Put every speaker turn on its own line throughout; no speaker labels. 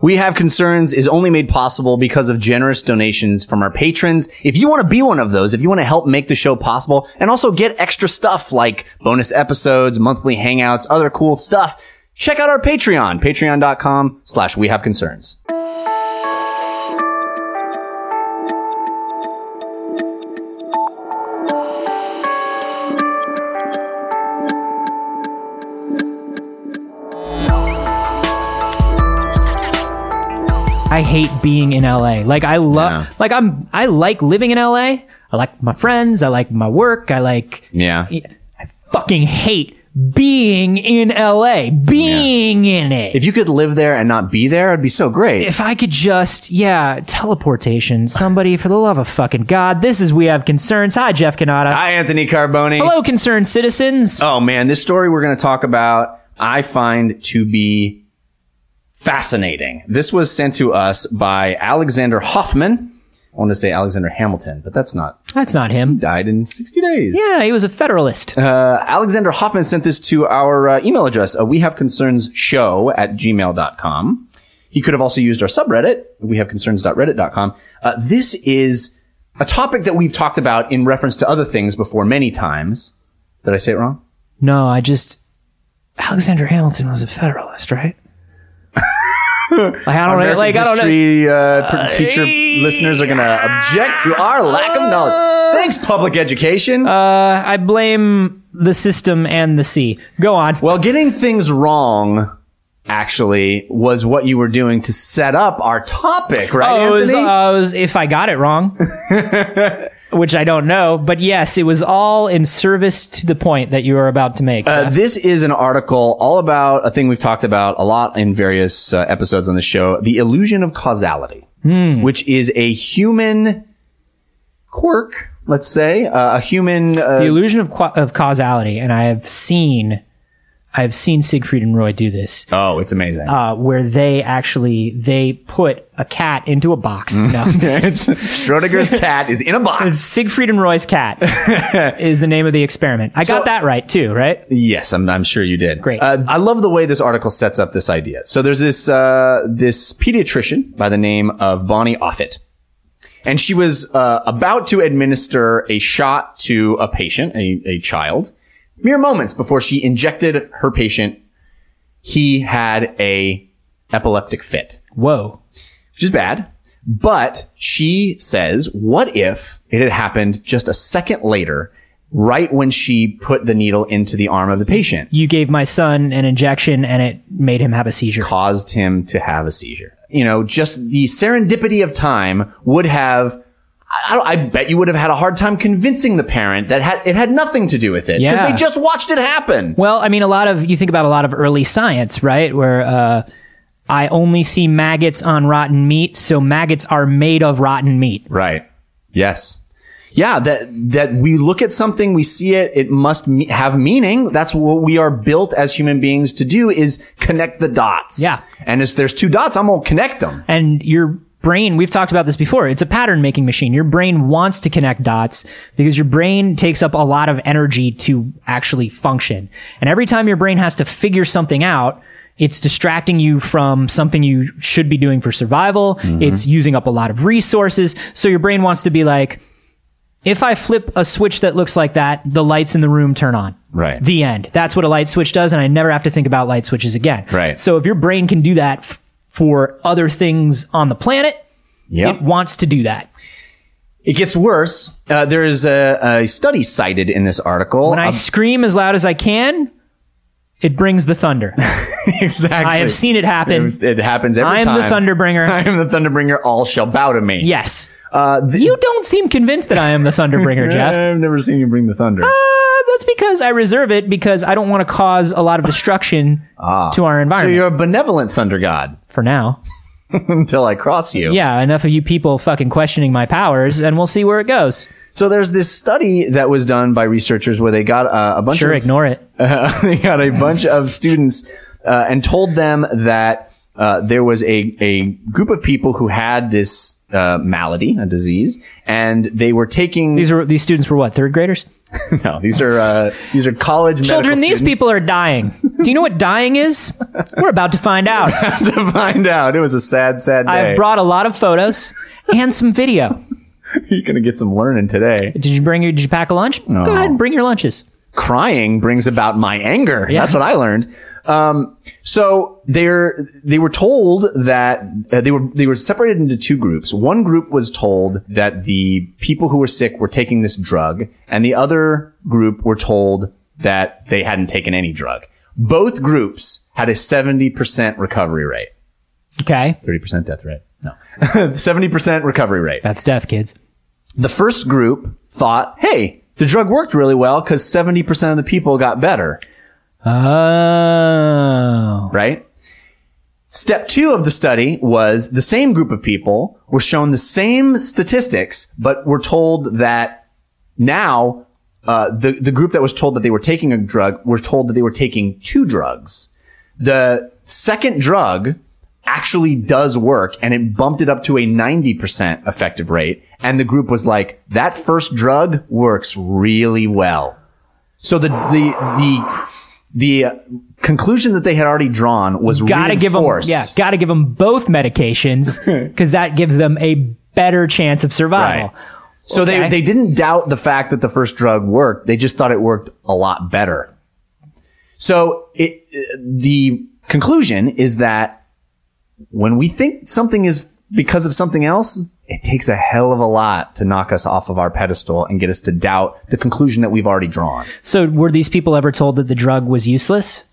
We Have Concerns is only made possible because of generous donations from our patrons. If you want to be one of those, if you want to help make the show possible and also get extra stuff like bonus episodes, monthly hangouts, other cool stuff, check out our Patreon, patreon.com slash we have concerns.
I hate being in LA. Like I love,
Yeah.
like I'm, I like living in LA. I like my friends. I like my work. I like e,
Yeah.
fucking hate being in LA. Being in it.
If you could live there and not be there, it'd be so great.
if I could just, yeah, teleportation. Somebody, for the love of fucking God, this is We Have Concerns. Hi, Jeff Canada.
Hi, Anthony Carboni.
Hello, concerned citizens.
Oh man, this story we're going to talk about, I find to be fascinating. This was sent to us by Alexander Hoffman. I want to say Alexander Hamilton, but that's not.
That's not him.
Died in 60 days.
Yeah, he was a Federalist.
Uh, Alexander Hoffman sent this to our uh, email address, uh, we have concerns show at gmail.com. He could have also used our subreddit, we have concerns.reddit.com. Uh, this is a topic that we've talked about in reference to other things before many times. Did I say it wrong?
No, I just Alexander Hamilton was a Federalist, right? like I don't know.
American
Like I don't know.
history, Uh, pr- teacher listeners are going to object to our lack of knowledge. Thanks, public education.
Uh, I blame the system and the sea. Go on.
well, getting things wrong actually was what you were doing to set up our topic, right,
Oh, it was, uh,
Anthony?
it was if I got it wrong, which I don't know, but yes, it was all in service to the point that you were about to make.
Uh, this is an article all about a thing we've talked about a lot in various uh, episodes on the show the illusion of causality,
Hmm.
which is a human quirk, let's say, uh, a human. Uh,
the illusion of, qua of causality, and I have seen, I have seen Siegfried and Roy do this.
oh, it's amazing.
uh, where they actually they put a cat into a box. No.
It's- Schrodinger's cat is in a box.
Siegfried and Roy's cat is the name of the experiment. I
So-
got that right too, right?
Yes, I'm, I'm sure you did.
Great.
Uh, I love the way this article sets up this idea. So there's this uh, this pediatrician by the name of Bonnie Offit, and she was uh, about to administer a shot to a patient, a, a child. Mere moments before she injected her patient, he had a epileptic fit.
Whoa.
which is bad. But she says, what if it had happened just a second later, right when she put the needle into the arm of the patient,
You gave my son an injection and it made him have a seizure.
caused him to have a seizure? You know, just the serendipity of time would have. I, I bet you would have had a hard time convincing the parent that had, it had nothing to do with it because
Yeah.
they just watched it happen.
Well, I mean, a lot of you think about a lot of early science, right? Where uh, I only see maggots on rotten meat, so maggots are made of rotten meat.
Right. Yes. Yeah, that that we look at something, we see it, it must me- have meaning. That's what we are built as human beings to do is connect the dots.
Yeah.
And if there's two dots, I'm going to connect them.
and your brain we've talked about this before it's a pattern making machine your brain wants to connect dots because your brain takes up a lot of energy to actually function and every time your brain has to figure something out it's distracting you from something you should be doing for survival it's using up a lot of resources so your brain wants to be like if i flip a switch that looks like that the lights in the room turn on
Right.
the end. That's what a light switch does, and I never have to think about light switches again.
Right.
So if your brain can do that f- for other things on the planet,
Yep.
it wants to do that.
It gets worse. Uh, there is a, a study cited in this article.
When I
ab-
scream as loud as I can, it brings the thunder.
exactly.
I have seen it happen.
it happens every
I am
time.
the thunder bringer.
I am the thunderbringer. All shall bow to me.
Yes.
Uh, th-
You don't seem convinced that I am the thunder bringer, Jeff.
I've never seen you bring the thunder.
Uh, that's because I reserve it because I don't want to cause a lot of destruction to our
Ah. so
environment
you're a benevolent thunder god
for now.
until I cross you.
Yeah, enough of you people fucking questioning my powers, and we'll see where it goes.
So there's this study that was done by researchers where they got uh, a bunch
Sure,
of
ignore it.
they got a bunch of students uh, and told them that uh, there was a, a group of people who had this uh, malady, a disease, and they were taking
These were these students were what third graders?
no, these are uh, these are college medical
Children, these
students.
people are dying. Do you know what dying is? We're about to find out.
to find out. It was a sad, sad day.
I've brought a lot of photos and some video.
You're gonna get some learning today.
Did you bring your? Did you pack a lunch?
No.
Go ahead and bring your lunches.
Crying brings about my anger. That's what I learned. Um, so they're they were told that uh, they were they were separated into two groups. One group was told that the people who were sick were taking this drug, and the other group were told that they hadn't taken any drug. Both groups had a seventy percent recovery rate.
Okay,
30% death rate. No. 70% recovery rate.
that's death, kids.
The first group thought, hey, the drug worked really well because 70% of the people got better,
Oh,
right? Step two of the study was the same group of people were shown the same statistics, but were told that now uh, the, the group that was told that they were taking a drug were told that they were taking two drugs. The second drug actually does work and it bumped it up to a 90% effective rate. And the group was like, that first drug works really well. So the, the, the, the conclusion that they had already drawn was
gotta give them.
reinforced.
Yeah, gotta give them both medications because that gives them a better chance of survival.
Right. So
Okay.
they, they didn't doubt the fact that the first drug worked. They just thought it worked a lot better. So it, the conclusion is that when we think something is because of something else, it takes a hell of a lot to knock us off of our pedestal and get us to doubt the conclusion that we've already drawn.
So, were these people ever told that the drug was useless?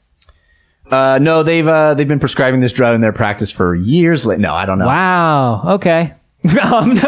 Uh, no, they've, uh, they've been prescribing this drug in their practice for years. Li- No, I don't know.
Wow. Okay. um,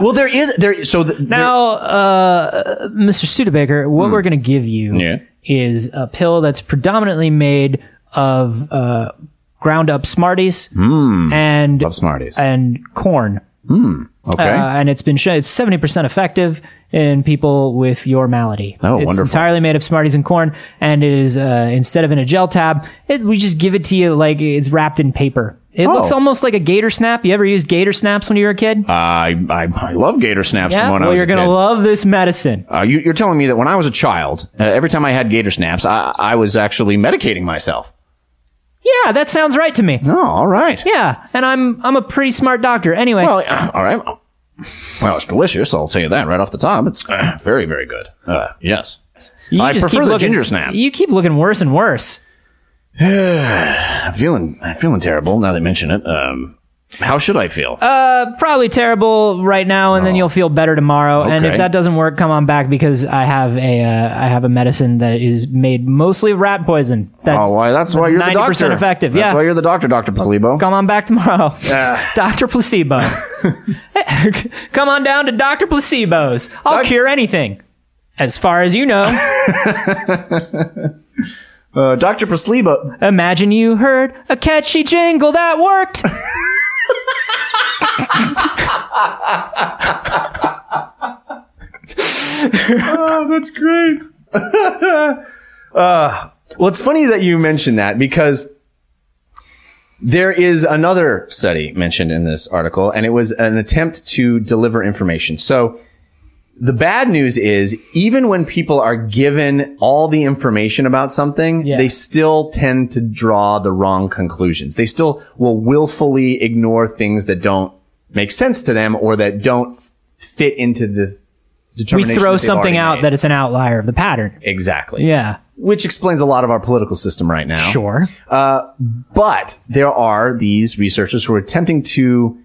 Well, there is, there, so the,
Now, uh, Mr. Studebaker, what we're going to give you
Hmm. Yeah.
is a pill that's predominantly made of uh, ground up Smarties
Hmm.
and
love Smarties.
and corn,
okay.
uh, and it's been shown it's seventy percent effective in people with your malady.
Oh,
it's
wonderful.
entirely made of Smarties and corn, and it is uh, instead of in a gel tab, it, we just give it to you like it's wrapped in paper. It
Oh.
looks almost like a Gator Snap. You ever used Gator Snaps when you were a kid?
I, I, I love Gator Snaps
yeah.
from when I
Well,
was
you're
a
gonna
kid.
love this medicine.
Uh, you, you're telling me that when I was a child, uh, every time I had gator snaps, I, I was actually medicating myself.
Yeah, that sounds right to me.
Oh, all right.
Yeah, and I'm I'm a pretty smart doctor. Anyway,
Well, uh, all right. Well, it's delicious. I'll tell you that right off the top. It's uh, very, very good. Uh, yes.
you
I
just
prefer
keep
the
looking-
ginger snap.
You keep looking worse and worse.
I'm feeling, I'm feeling terrible now they mention it. Um, how should I feel?
Uh, probably terrible right now, and then you'll feel better tomorrow. And if
Oh. Okay.
that doesn't work, come on back because I have a uh, I have a medicine that is made mostly of rat poison. That's
oh, why? That's, why you're the doctor.
90% effective,
That's
yeah.
why you're the doctor, Doctor Placebo.
come on back tomorrow, Doctor Placebo. come on down to Doctor Placebo's. I'll cure anything, as far as you know.
Uh, Doctor Placebo.
Imagine you heard a catchy jingle that worked.
Oh, that's great. uh, well, it's funny that you mentioned that because there is another study mentioned in this article, and it was an attempt to deliver information. So the bad news is even when people are given all the information about something,
Yeah.
they still tend to draw the wrong conclusions. They still will willfully ignore things that don't make sense to them or that don't f- fit into the
we
determination.
throw
that they've
something
already
out
made.
that it's an outlier of the pattern.
Exactly.
Yeah,
Which explains a lot of our political system right now.
sure.
Uh, but there are these researchers who are attempting to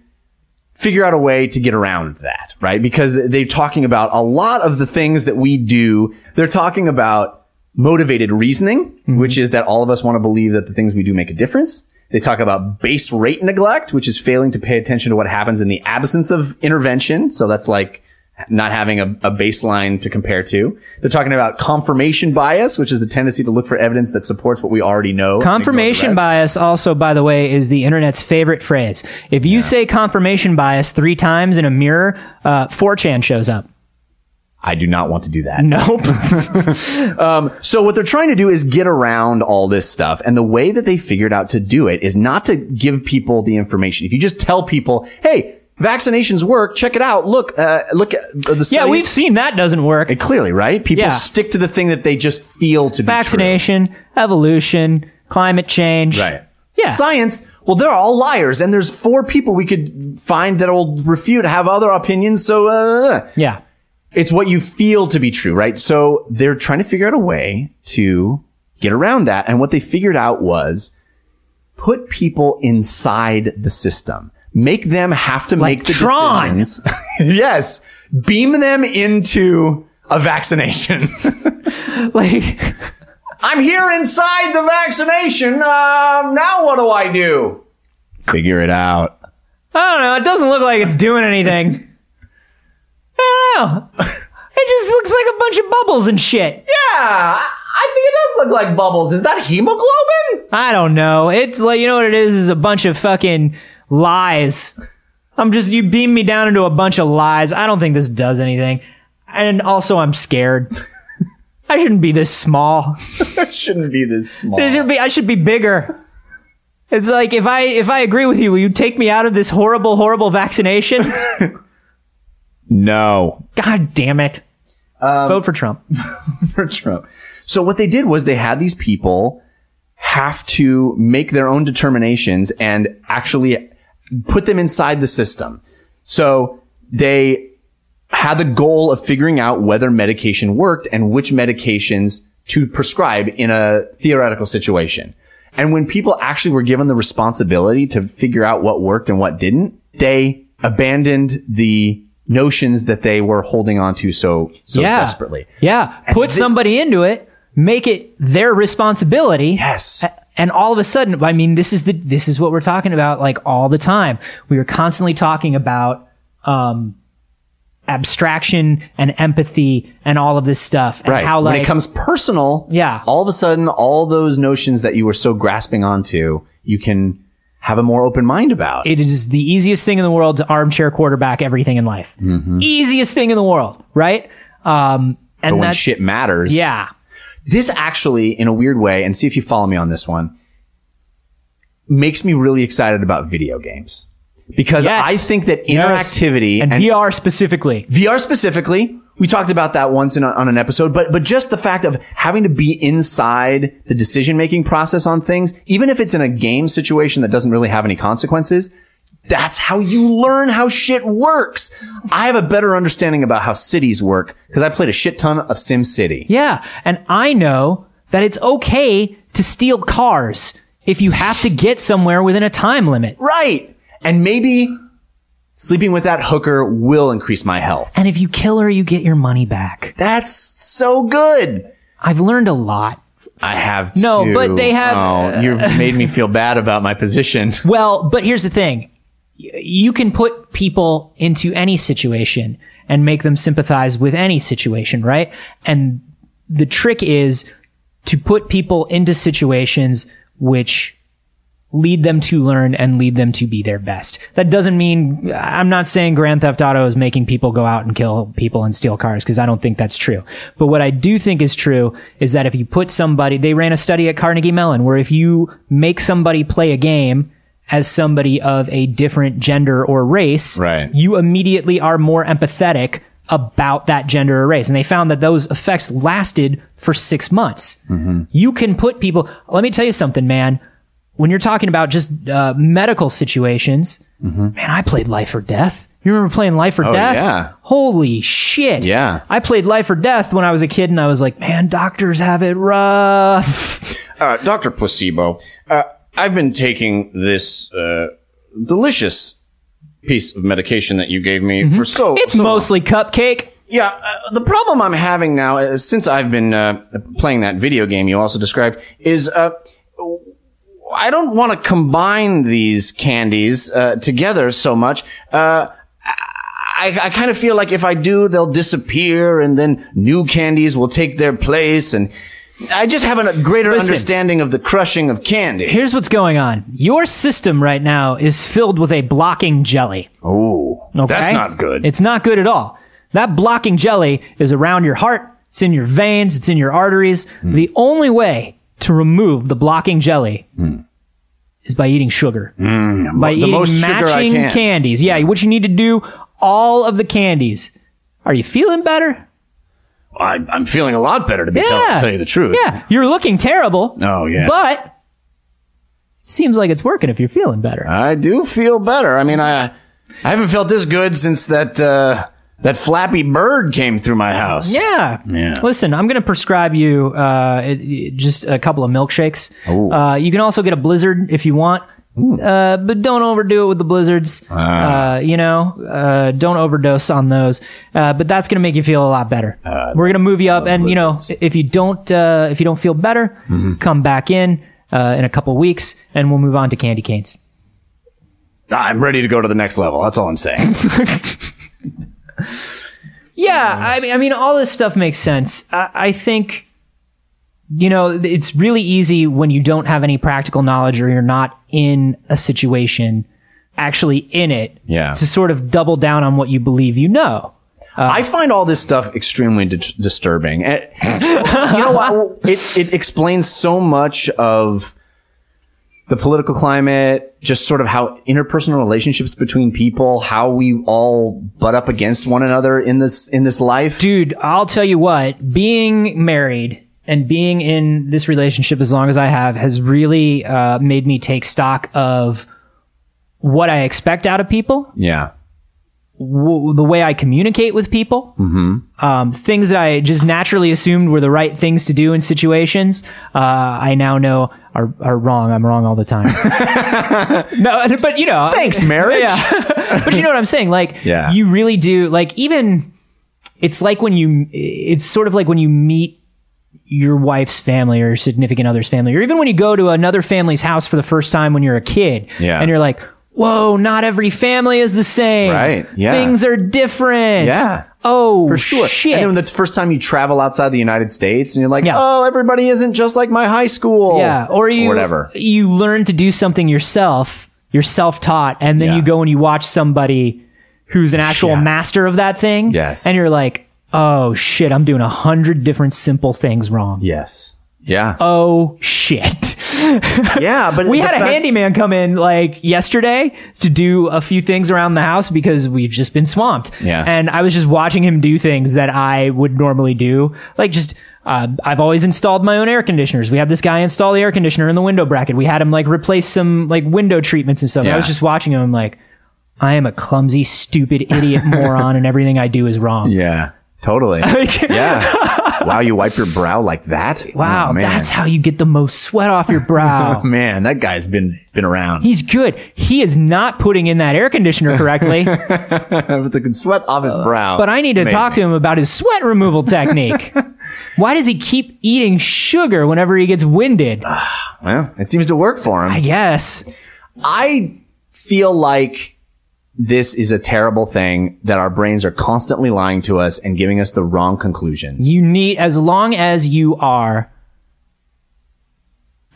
figure out a way to get around that, right? Because th- they're talking about a lot of the things that we do. They're talking about motivated reasoning, which is that all of us want to believe that the things we do make a difference. They talk about base rate neglect, which is failing to pay attention to what happens in the absence of intervention. So that's like not having a, a baseline to compare to. They're talking about confirmation bias, which is the tendency to look for evidence that supports what we already know. and ignore the
Confirmation
rest.
bias, also, by the way, is the internet's favorite phrase. If you say confirmation bias three times in a mirror, uh, 4chan shows up.
I do not want to do that.
Nope.
So what they're trying to do is get around all this stuff. And the way that they figured out to do it is not to give people the information. If you just tell people, hey, vaccinations work, check it out. Look, uh, look at the the
yeah,
studies."
we've seen that doesn't work.
It clearly, right? People
Yeah.
stick to the thing that they just feel to be
Vaccination, evolution, climate change.
true. Right.
Yeah.
Science, well, they're all liars, and there's four people we could find that will refute, have other opinions, so, uh,
Yeah.
it's what you feel to be true, right? So they're trying to figure out a way to get around that. And what they figured out was put people inside the system, make them have to
Like
make the
Tron.
decisions. yes. Beam them into a vaccination.
Like,
I'm here inside the vaccination. Um, now what do I do? Figure it out.
I don't know. It doesn't look like it's doing anything. I don't know. It just looks like a bunch of bubbles and shit.
Yeah. I I think it does look like bubbles. Is that hemoglobin?
I don't know. It's like, you know what it is? Is a bunch of fucking lies. I'm just, you beam me down into a bunch of lies. I don't think this does anything. And also, I'm scared. I shouldn't be this small.
Shouldn't be this small.
It should be. I should be bigger. It's like if I if I agree with you, will you take me out of this horrible, horrible vaccination?
No.
God damn it! Vote for Trump.
for Trump. So what they did was they had these people have to make their own determinations and actually put them inside the system. So they had the goal of figuring out whether medication worked and which medications to prescribe in a theoretical situation. And when people actually were given the responsibility to figure out what worked and what didn't, they abandoned the notions that they were holding on to so so
Yeah.
desperately.
Yeah, put
this-
somebody into it, make it their responsibility.
Yes.
And all of a sudden, I mean, this is the this is what we're talking about like all the time. We are constantly talking about um abstraction and empathy and all of this stuff and
Right.
how like
when it comes personal,
Yeah.
all of a sudden, all those notions that you were so grasping onto, you can have a more open mind about.
it is the easiest thing in the world to armchair quarterback everything in life. Easiest thing in the world, right? Um,
Mm-hmm. but
and
when
that,
shit matters,
yeah,
This actually, in a weird way, and see if you follow me on this one, makes me really excited about video games because
Yes.
I think that
Yes.
interactivity
and,
and
VR specifically,
VR specifically, we talked about that once in a, on an episode, but but just the fact of having to be inside the decision making process on things, even if it's in a game situation that doesn't really have any consequences, that's how you learn how shit works. I have a better understanding about how cities work because I played a shit ton of Sim City.
yeah. And I know that it's okay to steal cars if you have to get somewhere within a time limit,
Right, and maybe sleeping with that hooker will increase my health.
and if you kill her, you get your money back.
That's so good.
I've learned a lot.
I have
No,
too.
but they have- uh,
Oh, you've made me feel bad about my position.
Well, but here's the thing. Y- You can put people into any situation and make them sympathize with any situation, right? And the trick is to put people into situations which lead them to learn and lead them to be their best. That doesn't mean I'm not saying Grand Theft Auto is making people go out and kill people and steal cars because I don't think that's true. But what I do think is true is that if you put somebody, they ran a study at Carnegie Mellon where if you make somebody play a game as somebody of a different gender or race,
Right.
you immediately are more empathetic about that gender or race. And they found that those effects lasted for six months. You can put people, let me tell you something, man. When you're talking about just uh, medical situations, man, I played Life or Death. You remember playing Life or Death?
Mm-hmm. Oh, yeah.
Holy shit.
Yeah.
I played Life or Death when I was a kid and I was like, man, doctors have it rough.
Uh, Dr. Placebo, uh, I've been taking this uh, delicious piece of medication that you gave me for so
Mm-hmm. It's
so long.
mostly cupcake.
Yeah, uh, the problem I'm having now, uh, since I've been uh, playing that video game you also described, is uh, I don't want to combine these candies uh, together so much. Uh, I, I kind of feel like if I do, they'll disappear, and then new candies will take their place, and I just have a greater
Listen.
understanding of the crushing of candy.
Here's what's going on. Your system right now is filled with a blocking jelly.
oh,
Okay?
that's not good.
It's not good at all. That blocking jelly is around your heart. It's in your veins. It's in your arteries.
Hmm.
The only way to remove the blocking jelly is by eating sugar. By
Hmm. the
eating
most sugar I
matching
can.
candies. Yeah, what you need to do, all of the candies. Are you feeling better?
I, I'm feeling a lot better to be tell,
Yeah.
tell you the truth.
Yeah, you're looking terrible.
Oh, yeah.
But it seems like it's working if you're feeling better.
I do feel better. I mean, I I haven't felt this good since that uh, that flappy bird came through my house.
yeah.
Yeah.
Listen, I'm going to prescribe you uh, it- it- just a couple of milkshakes.
Ooh.
Uh, you can also get a blizzard if you want, uh, but don't overdo it with the blizzards.
Ah.
Uh, you know, uh, don't overdose on those. Uh, but that's going to make you feel a lot better.
Ah,
We're going to move you up, and you know, if you don't uh, if you don't feel better,
Mm-hmm.
come back in uh, in a couple weeks, and we'll move on to candy canes.
I'm ready to go to the next level. That's all I'm saying.
Uh. Yeah, I mean, I mean, all this stuff makes sense. I, I think, you know, it's really easy when you don't have any practical knowledge or you're not in a situation, actually in it,
Yeah.
to sort of double down on what you believe you know.
I find all this stuff extremely dis- disturbing. And- you know what? It, it explains so much of the political climate, just sort of how interpersonal relationships between people, how we all butt up against one another in this in this life.
Dude, I'll tell you what, being married and being in this relationship as long as I have has really uh, made me take stock of what I expect out of people.
yeah.
w- the way I communicate with people, um, things that I just naturally assumed were the right things to do in situations, uh, I now know are, are wrong. I'm wrong all the time. no, but you know,
Thanks, marriage.
yeah. but you know what I'm saying? Like,
Yeah.
you really do. Like, even it's like when you, it's sort of like when you meet your wife's family or your significant other's family, or even when you go to another family's house for the first time when you're a kid,
Yeah.
and you're like, "Whoa, not every family is the same.
Right, yeah.
Things are different.
Yeah.
Oh,
For sure.
Shit.
And then when that's the first time you travel outside the United States and you're like,
Yeah.
oh, everybody isn't just like my high school.
yeah. Or you,
whatever.
You learn to do something yourself. You're self-taught, and then
Yeah.
you go and you watch somebody who's an actual
Yeah.
master of that thing.
Yes.
And you're like, "Oh shit, I'm doing a hundred different simple things wrong.
Yes. Yeah.
Oh shit."
yeah. But
We
the
had a
fact-
handyman come in like yesterday to do a few things around the house because we've just been swamped.
Yeah.
And I was just watching him do things that I would normally do. Like just, uh, I've always installed my own air conditioners. We had this guy install the air conditioner in the window bracket. We had him like replace some like window treatments and stuff.
Yeah.
I was just watching him. I'm like, I am a clumsy, stupid, idiot, moron, and everything I do is wrong.
Yeah. Totally. yeah. Wow. You wipe your brow like that?
Wow.
Oh, man. Oh,
that's how you get the most sweat off your brow.
Man, that guy's been been around.
He's good. He is not putting in that air conditioner correctly.
With the sweat off his brow.
Uh, But I need to
Amazing.
talk to him about his sweat removal technique. Why does he keep eating sugar whenever he gets winded?
Well, it seems to work for him.
I guess.
I feel like this is a terrible thing that our brains are constantly lying to us and giving us the wrong conclusions.
You need, as long as you are,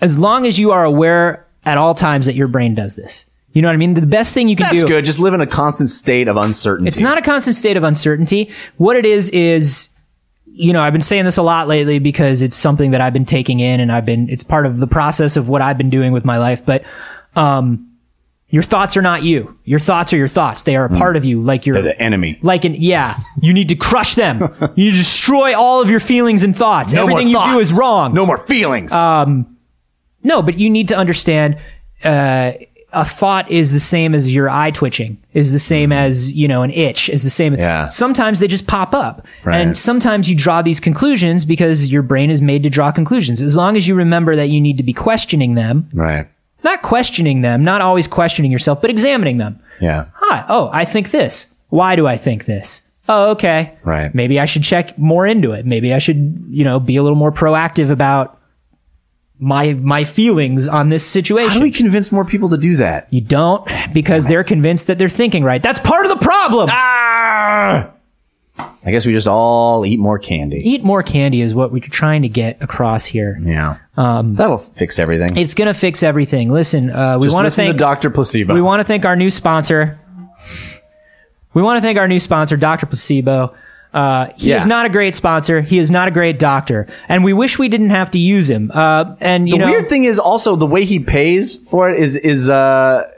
as long as you are aware at all times that your brain does this. You know what I mean? The best thing you can
That's
do.
good. Just live in a constant state of uncertainty.
It's not a constant state of uncertainty. What it is is, you know, I've been saying this a lot lately because it's something that I've been taking in and I've been, it's part of the process of what I've been doing with my life. But, um, your thoughts are not you. Your thoughts are your thoughts. They are
Hmm.
a part of you. Like your,
the enemy.
like an, yeah, you need to crush them. you need to destroy all of your feelings and thoughts.
No more
Everything you do
thoughts.
is wrong. Uh,
No more feelings.
No, but you need to understand uh, a thought is the same as your eye twitching, is the same as, you know, an itch, is the same.
Mm-hmm. Yeah.
Sometimes they just pop up.
Right.
And sometimes you draw these conclusions because your brain is made to draw conclusions. As long as you remember that you need to be questioning them,
right.
not questioning them, not always questioning yourself, but examining them.
Yeah.
Huh, oh, I think this. Why do I think this? Oh, okay.
Right.
Maybe I should check more into it. Maybe I should, you know, be a little more proactive about my my feelings on this situation.
How do we convince more people to do that?
you don't because they're convinced that they're thinking right. That's part of the problem.
Ah! I guess we just all eat more candy.
Eat more candy is what we're trying to get across here.
Yeah. Um, That'll fix everything.
It's gonna fix everything. Listen, uh, we
Just
want to
listen
thank
to Dr. Placebo.
We want to thank our new sponsor. We want to thank our new sponsor, Dr. Placebo. Uh, he is
Yeah.
not a great sponsor. He is not a great doctor, and we wish we didn't have to use him. Uh, and you
The
know,
weird thing is also the way he pays for it is is uh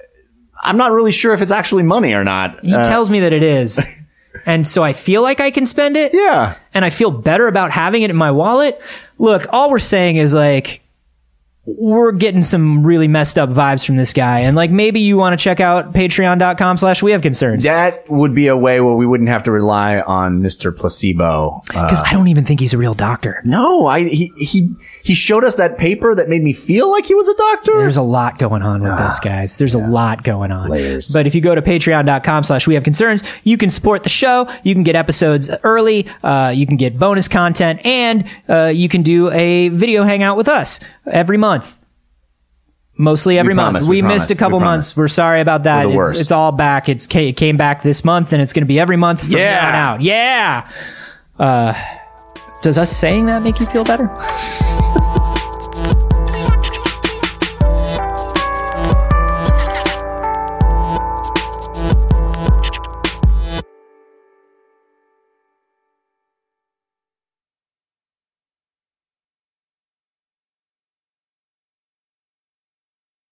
I'm not really sure if it's actually money or not.
he
Uh,
tells me that it is, and so I feel like I can spend it.
yeah.
and I feel better about having it in my wallet. Look, all we're saying is like, we're getting some really messed up vibes from this guy. And like, maybe you want to check out patreon.com slash we have concerns.
That would be a way where we wouldn't have to rely on Mr. Placebo. Uh,
Cause I don't even think he's a real doctor.
no, I he, he he showed us that paper that made me feel like he was a doctor.
There's a lot going on with this, guys. There's a lot going on.
Ah, Layers.
But if you go to patreon.com slash we have concerns, you can support the show. You can get episodes early. Uh, you can get bonus content and, uh, you can do a video hangout with us every month. Mostly every month.
promise,
we,
we
missed
promise,
a
we
couple months.
promise.
We're sorry about that.
the
it's,
worst.
it's all back. It's ca- it came back this month and it's going to be every month from
Yeah.
now on out. Yeah. Uh, does us saying that make you feel better?